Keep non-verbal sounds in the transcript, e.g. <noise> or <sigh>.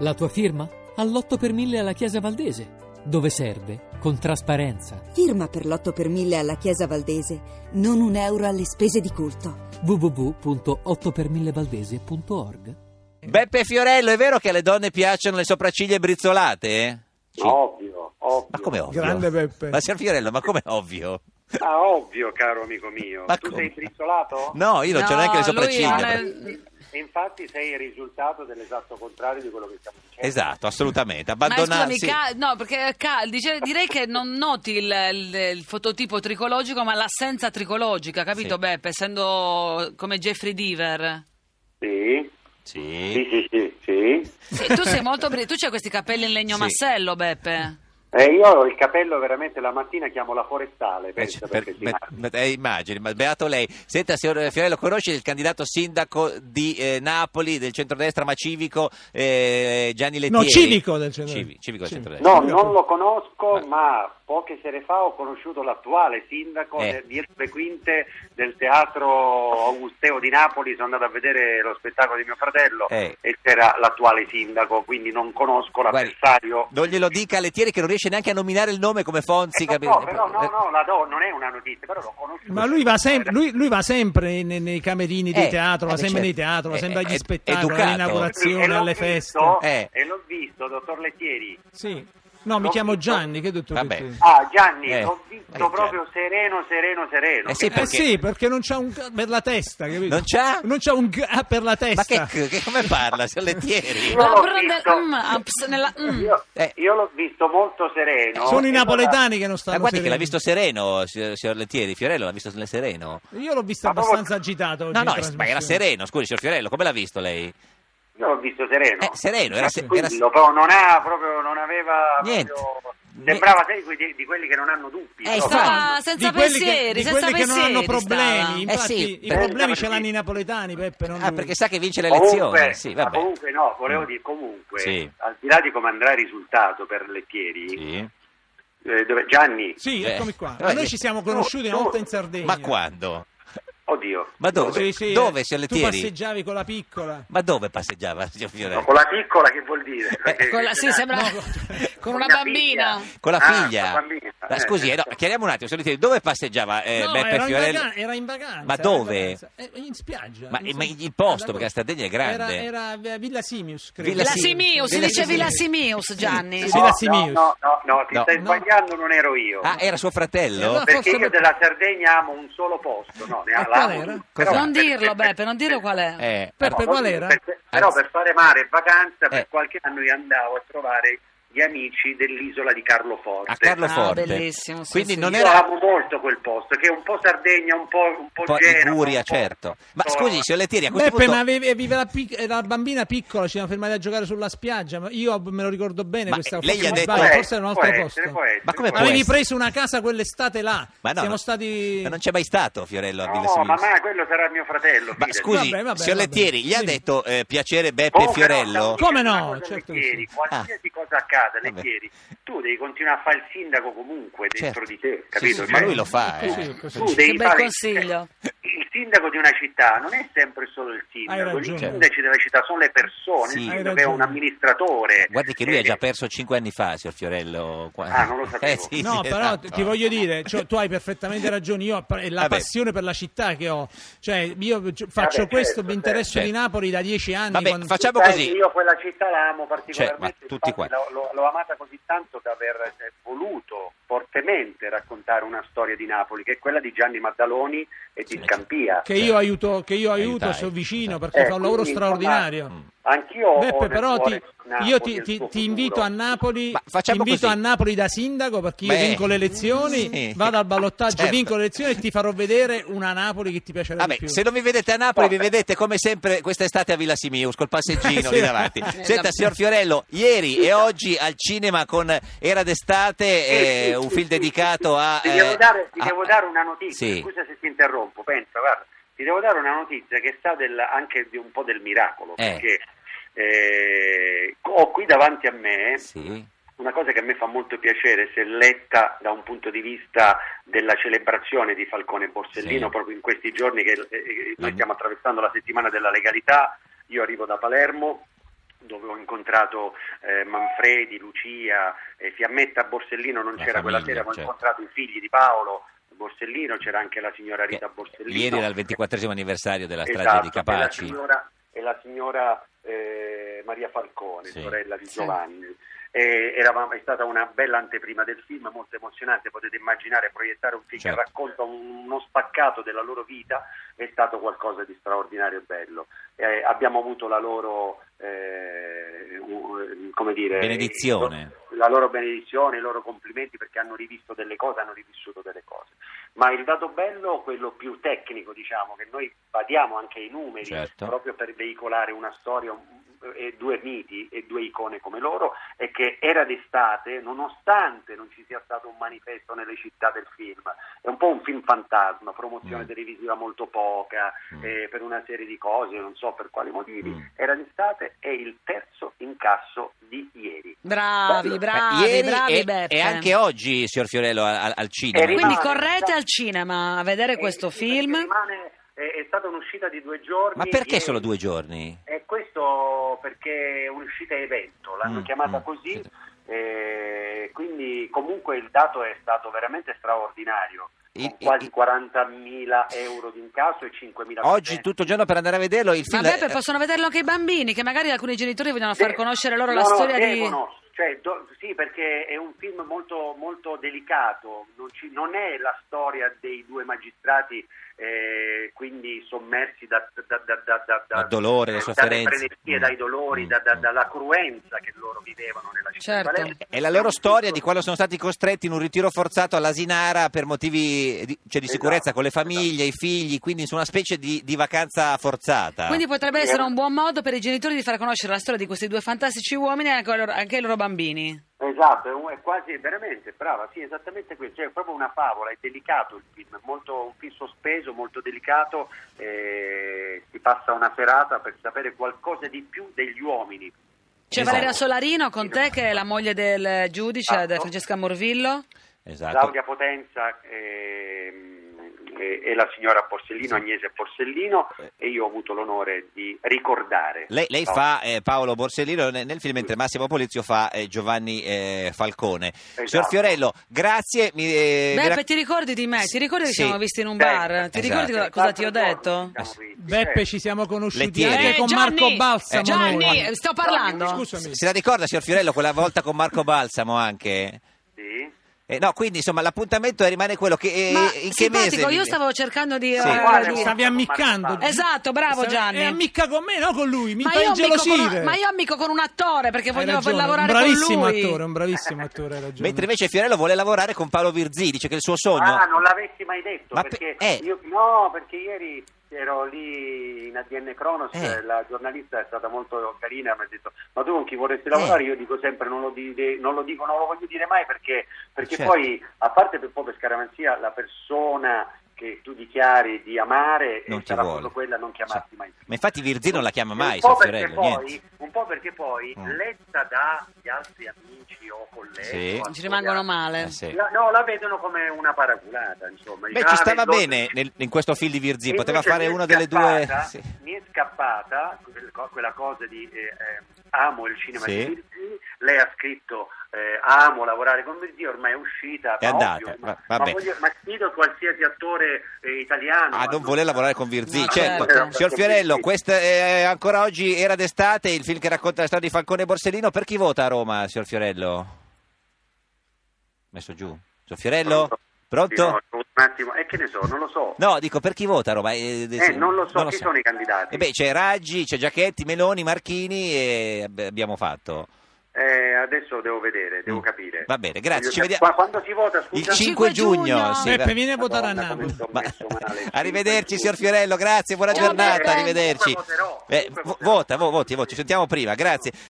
La tua firma? All'8 per 1000 alla Chiesa Valdese, dove serve con trasparenza. Firma per l'8 per 1000 alla Chiesa Valdese, non un euro alle spese di culto. www.8per1000valdese.org Eh. Beppe Fiorello, è vero che alle donne piacciono le sopracciglia brizzolate? eh? Sì. Ovvio, ovvio. Ma come ovvio? Grande Beppe. Ma signor Fiorello, ma come ovvio? Ah, ovvio, caro amico mio. Ma tu come? sei brizzolato? No, io non c'ho neanche le No, lui sopracciglia. non è- E infatti sei il risultato dell'esatto contrario di quello che stiamo dicendo. Esatto, assolutamente. Ma scusami, Abbandonarsi. ca- no, perché ca- dice- direi che non noti il, il- il fototipo tricologico, ma l'assenza tricologica, capito Sì. Beppe? Essendo come Jeffrey Deaver. Sì, sì, Sì. sì, sì. sì. Sì, tu sei molto bri- tu hai questi capelli in legno Sì. massello, Beppe. Eh, io ho il capello veramente la mattina chiamo la forestale, Eh, pensa, per- perché si me- mangia. me- eh, immagini, ma beato lei. Senta, signor Fiorello, conosce il candidato sindaco di eh, Napoli, del centrodestra, ma civico, eh, Gianni Lettieri? No, civico del centro. Civi- civico del centrodestra. No, non lo conosco, Ma- ma poche sere fa ho conosciuto l'attuale sindaco Eh. de- dietro le quinte del teatro Augusteo di Napoli. Sono andato a vedere lo spettacolo di mio fratello Eh. e c'era l'attuale sindaco, quindi non conosco Guardi, l'avversario. non glielo dica a Lettieri che non riesce neanche a nominare il nome come Fonzi. Eh, lo capi- so, però no, no, la do, non è una notizia, però l'ho conosciuto. Ma lui va, sem- lui, lui va sempre nei, nei camerini Eh, di teatro, eh, va sempre certo. nei teatro, va Eh, sempre agli eh, spettacoli, educato. alle E inaugurazioni, l'ho alle feste. visto- Eh. E l'ho visto, dottor Lettieri. Sì. No, mi chiamo Gianni, che dottor Vabbè. che tu- Ah, Gianni, Eh. l'ho Eh, visto già. proprio sereno, sereno, sereno. Eh sì, Eh sì, perché non c'ha un c- per la testa, capito? Non c'ha? Non c'ha un g- ah, per la Ma che, testa. che- come parla, signor Lettieri? Io l'ho Labbro del- visto. mm, ups, nella- mm. Io, Eh. io l'ho visto molto sereno. Sono i E allora- napoletani che non Ma stanno guardi eh, che sereni. l'ha visto sereno, signor signor Lettieri. Fiorello l'ha visto sereno. Io l'ho visto Ma proprio- abbastanza agitato oggi No, in no, ma era trasmissione. sereno, scusi, signor Fiorello, come l'ha visto lei? Io l'ho visto sereno. Eh, sereno, era, se- era Tranquillo, però non ha proprio, non aveva Niente. proprio- Ne- Sembrava sei di, di quelli che non hanno dubbi. Eh, no? infatti. Stava senza di quelli pensieri, che, di senza quelli che non hanno pensieri stava. problemi. Eh Infatti, sì, i per- problemi ce l'hanno i napoletani, Peppe. Non Ah, lui. perché sa che vince le Comunque, elezioni. Sì, vabbè. Mm. comunque no, volevo dire comunque, Sì. al di là di come andrà il risultato per Lettieri, Sì. eh, dove- Gianni, Sì, Eh, eccomi qua. vabbè. Ma noi ci siamo conosciuti una Tu- volta in Sardegna. Ma quando? oddio, Ma dove? Sì, sì, dove, eh, signor Tu Lettieri? passeggiavi con la piccola. Ma dove passeggiava, signor No, Fiorello? con la piccola che vuol dire? Eh, Perché- Con la- sì, sembra con una mia bambina. figlia. Con la Ah, figlia? con la bambina, Ma eh. scusi, eh, no, chiariamo un attimo, signor Lettieri, dove passeggiava eh, no, Beppe era in, Fiorello? vaga- era in vacanza. Ma era in dove? vacanza. Eh, in spiaggia. Ma- non so. ma il posto, Ad agosto. perché la Sardegna è grande. Era, era Villa Simius, credo. Villa La Sì. Simius, si Della dice Simius. Villa Simius, Gianni. Sì, sì. No, Villa Simius. No, no, no, no, ti No. stai No. sbagliando, non ero io. Ah, era suo E fratello? allora- Perché forse- io della Sardegna amo un solo posto, no, ne E la qual amo era? tutte, Ah, Cosa- però- Non dirlo, Beppe, non dirlo qual è. Eh, Beppe, No, qual non- era? per- però Anzi. per fare mare e vacanza, per Eh. qualche anno io andavo a trovare gli amici dell'isola di Carloforte. a Carloforte. Ah, bellissimo, sì, Quindi sì. non Io era amo molto quel posto, che è un po' Sardegna, un po', un po po- Genova, Liguria, un po'- certo. Ma un po'- scusi, signor Lettieri, a questo Beppe, punto... ma avevi, avevi la, pic- era la bambina piccola, ci siamo fermati a giocare sulla spiaggia. ma Io me lo ricordo bene. Ma questa, lei gli forse ha mi detto- Eh, sbaglio, Può forse era un altro essere, può posto. essere, può essere, Ma come può può Avevi essere? preso una casa quell'estate là. Ma no, siamo no. stati. Ma non c'è mai stato Fiorello a Villa No, Similis. ma mai, quello sarà mio fratello. Ma fidati. scusi, Vabbè, vabbè, signor vabbè. Lettieri, gli ha Sì. detto eh, piacere Beppe Oh, però, Fiorello? Claudio, Come una no? cosa Certo che Lettieri, sì. qualsiasi cosa accada, Vabbè. Lettieri, tu devi continuare a fare il sindaco comunque dentro Certo. di te, Sì, capito? sì, Cioè, ma lui lo fa, Sì, eh. sì, tu sì. devi Che bel fare- consiglio. Il sindaco di una città non è sempre solo il Hai sindaco, i ragione. sindaci della città sono le persone, Sì. il Hai sindaco è ragione. un amministratore. Guardi che lui Eh, ha già perso cinque anni fa, signor Fiorello. Qua- Eh, Ah, <laughs> non lo sapevo. sì, No, sì, però esatto. ti voglio dire, cioè, tu hai perfettamente ragione, io ho pa- la Vabbè. passione per la città che ho, cioè io gi- faccio Vabbè, questo, certo, mi interesso certo. di Napoli da dieci anni. Vabbè, quando- facciamo sai così. che Io quella città la amo particolarmente, Cioè, ma tutti infatti l'ho, l'ho- l'ho amata così tanto da aver eh, voluto fortemente raccontare una storia di Napoli, che è quella di Gianni Maddaloni e di Sì. Scampia. Che io aiuto, che io aiuto, Aiutai. sono vicino Esatto. perché Eh, fa un lavoro quindi, straordinario. insomma, Anch'io ho Beppe, nel però ti, cuore Napoli io e ti, il ti- suo ti futuro. invito a Napoli, Ma ti facciamo invito così. a Napoli da sindaco perché io Beh, vinco le elezioni, sì. vado al ballottaggio, Certo. vinco le elezioni e ti farò vedere una Napoli che ti piacerà Vabbè, di più. se non vi vedete a Napoli, vi Vabbè. vedete come sempre quest'estate a Villa Simius col <laughs> passeggino Sì. lì davanti. Senta, signor Fiorello, ieri e oggi al cinema con Era d'estate, eh, Sì, sì, un sì, film sì, dedicato sì. a. Ti devo eh, dare, ti a- devo dare una notizia, Sì. scusa se ti interrompo, pensa, guarda, ti devo dare una notizia che sta del- anche di un po' del miracolo, Eh. perché eh, ho qui davanti a me Sì. una cosa che a me fa molto piacere, se letta da un punto di vista della celebrazione di Falcone e Borsellino, Sì. proprio in questi giorni che eh, eh, noi Mm. stiamo attraversando la settimana della legalità, io arrivo da Palermo dove ho incontrato eh, Manfredi, Lucia, eh, Fiammetta Borsellino, non La c'era quella famiglia, sera, ma ho certo. incontrato i figli di Paolo Borsellino, c'era anche la signora Rita Borsellino. Ieri era il 24 anniversario della strage Esatto, di Capaci. E la signora, e la signora, eh, Maria Falcone, Sì. sorella di Sì. Giovanni. E eravamo- è stata una bella anteprima del film, molto emozionante, potete immaginare proiettare un film Certo. che racconta un- uno spaccato della loro vita, è stato qualcosa di straordinario e bello. Eh, abbiamo avuto la loro, eh, u- come dire, Benedizione. la loro benedizione, i loro complimenti perché hanno rivisto delle cose, hanno rivissuto delle cose. Ma il dato bello, quello più tecnico, diciamo, che noi badiamo anche ai numeri Certo. proprio per veicolare una storia un- e due miti e due icone come loro, è che era d'estate, nonostante non ci sia stato un manifesto nelle città del film. È un po' un film fantasma, promozione Mm. televisiva molto poca, Mm. eh, per una serie di cose, non so per quali motivi. Mm. Era d'estate, è il terzo incasso di ieri. Bravi, Bello. bravi, Eh, ieri bravi e, Beppe. e anche oggi, signor Fiorello, al, al cinema. E rimane- Quindi correte al cinema a vedere Eh, questo sì, film. perché rimane- è, è stata un'uscita di due giorni. Ma perché e- solo due giorni? E questo perché è un'uscita evento, l'hanno Mm, chiamata mm, così. certo. eh, quindi comunque il dato è stato veramente straordinario, Il- con quasi il- 40.000 euro di incasso e 5.000 Oggi utenti. tutto il giorno per andare a vederlo. Il Ma film Beppe possono vederlo anche i bambini, che magari alcuni genitori vogliono far De- conoscere loro no, la no, storia di... devono, cioè, do- sì, perché è un film molto, molto delicato, non, ci- non è la storia dei due magistrati eh, quindi sommersi da, da, da, da, da, Dal dolore, da dalle sofferenze. frenesie, Mm. dai dolori, Mm. da- da- dalla cruenza che loro vivevano nella città Certo. di Valencia. È la loro storia Tutto- di quando sono stati costretti in un ritiro forzato all'Asinara per motivi di, cioè di Esatto, sicurezza con le famiglie, i figli, quindi su una specie di, di vacanza forzata. Quindi potrebbe Sì. essere un buon modo per i genitori di far conoscere la storia di questi due fantastici uomini anche ai loro, anche ai loro bambini. Esatto, è un- è quasi veramente brava, sì, esattamente questo, cioè, è proprio una favola, è delicato il film, è molto, un film sospeso, molto delicato, eh, si passa una serata per sapere qualcosa di più degli uomini. C'è Esatto. Valeria Solarino con te, che è la moglie del giudice, Esatto. de- Francesca Morvillo. Esatto. Claudia Potenza ehm, e, e la signora Borsellino, Agnese Borsellino, e io ho avuto l'onore di ricordare. Eh. Lei, lei No, fa eh, Paolo Borsellino ne- nel film, mentre Massimo Polizio fa eh, Giovanni eh, Falcone. Signor Esatto. Fiorello, grazie. Mi, eh, mi Beppe, rac- ti ricordi di me? Ti ricordi che Sì. ci siamo visti in un Sempre. bar? Ti ricordi Esatto. cosa ti L'altro ho giorno detto? ci siamo visti, Beppe, certo. ci siamo Le conosciuti tiene. anche Eh, con Gianni, Marco Balsamo. Gianni, noi. eh, sto parlando. Scusami. Se la ricorda, signor Fiorello, quella volta con Marco Balsamo anche? Sì. Eh, no, quindi insomma l'appuntamento rimane quello che... eh, Ma in che mese? simpatico, io stavo cercando di... Sì. eh, Uguale, di- Stavi ammiccando. Esatto, bravo Gianni. E ammicca con me, no con lui. Mi ma, fa io amico con, ingelosire. un- ma io amico con un attore perché Hai voglio ragione, lavorare un bravissimo con lui. attore, un bravissimo attore, hai ragione. Mentre invece Fiorello vuole lavorare con Paolo Virzì, dice che il suo sogno... Ah, non l'avessi mai detto. Ma perché pe- eh. io- no, perché ieri ero lì in ADN Cronos, Eh. la giornalista è stata molto carina, mi ha detto ma tu con chi vorresti lavorare? Eh. Io dico sempre non lo, dire- non lo dico, non lo voglio dire mai perché, perché Certo. poi, a parte per po' per scaramanzia, la persona che tu dichiari di amare eh, Non ti sarà vuole. proprio quella a non chiamarti Sì. mai. Ma infatti Virzì non la chiama mai, un po' signor perché Fiorello, niente. poi, un po' perché poi Mm. letta dagli altri amici o colleghi Sì. o Ci rimangono altri- male. Eh, sì. la- no, la vedono come una paraculata, insomma. Beh, Dice, ci "Ah, stava vedo- bene nel- in questo film di Virzì, Invece poteva fare mi è una delle due... scappata- sì. Mi è scappata quel co- quella cosa di eh, eh, amo il cinema Sì. di Virzì, lei ha scritto eh, amo lavorare con Virzì, ormai è uscita, È ma andata, ovvio, va- ma, vabbè. ma, voglio, ma sfido qualsiasi attore eh, italiano. Ah, ma non vuole lavorare con Virzì, No, certo. certo. Signor Fiorello, Sì. questa è ancora oggi era d'estate, il film che racconta la storia di Falcone e Borsellino. Per chi vota a Roma, signor Fiorello? Messo giù. Signor Fiorello? Sì, no, Pronto? un attimo, e che ne so, non lo so. No, dico per chi vota a Roma? Eh, Eh, se- non lo so, chi sono i candidati? Eh beh, c'è Raggi, c'è Giachetti, Meloni, Marchini e ab- abbiamo fatto. Eh, adesso devo vedere, devo Mm. capire. Va bene, grazie, ci Voglio- vediamo. Qua- Quando si vota, Il scusa? 5, Cinque giugno. giugno. sì, Beppe, va- vieni a votare a Madonna, come Napoli. sto Ma- messo male. <laughs> arrivederci signor Fiorello, grazie, buona Ciao, giornata, Beppe. arrivederci. Comunque voterò, Eh, comunque vo- voterò. vota, vo- voti, voti, ci sentiamo prima, grazie.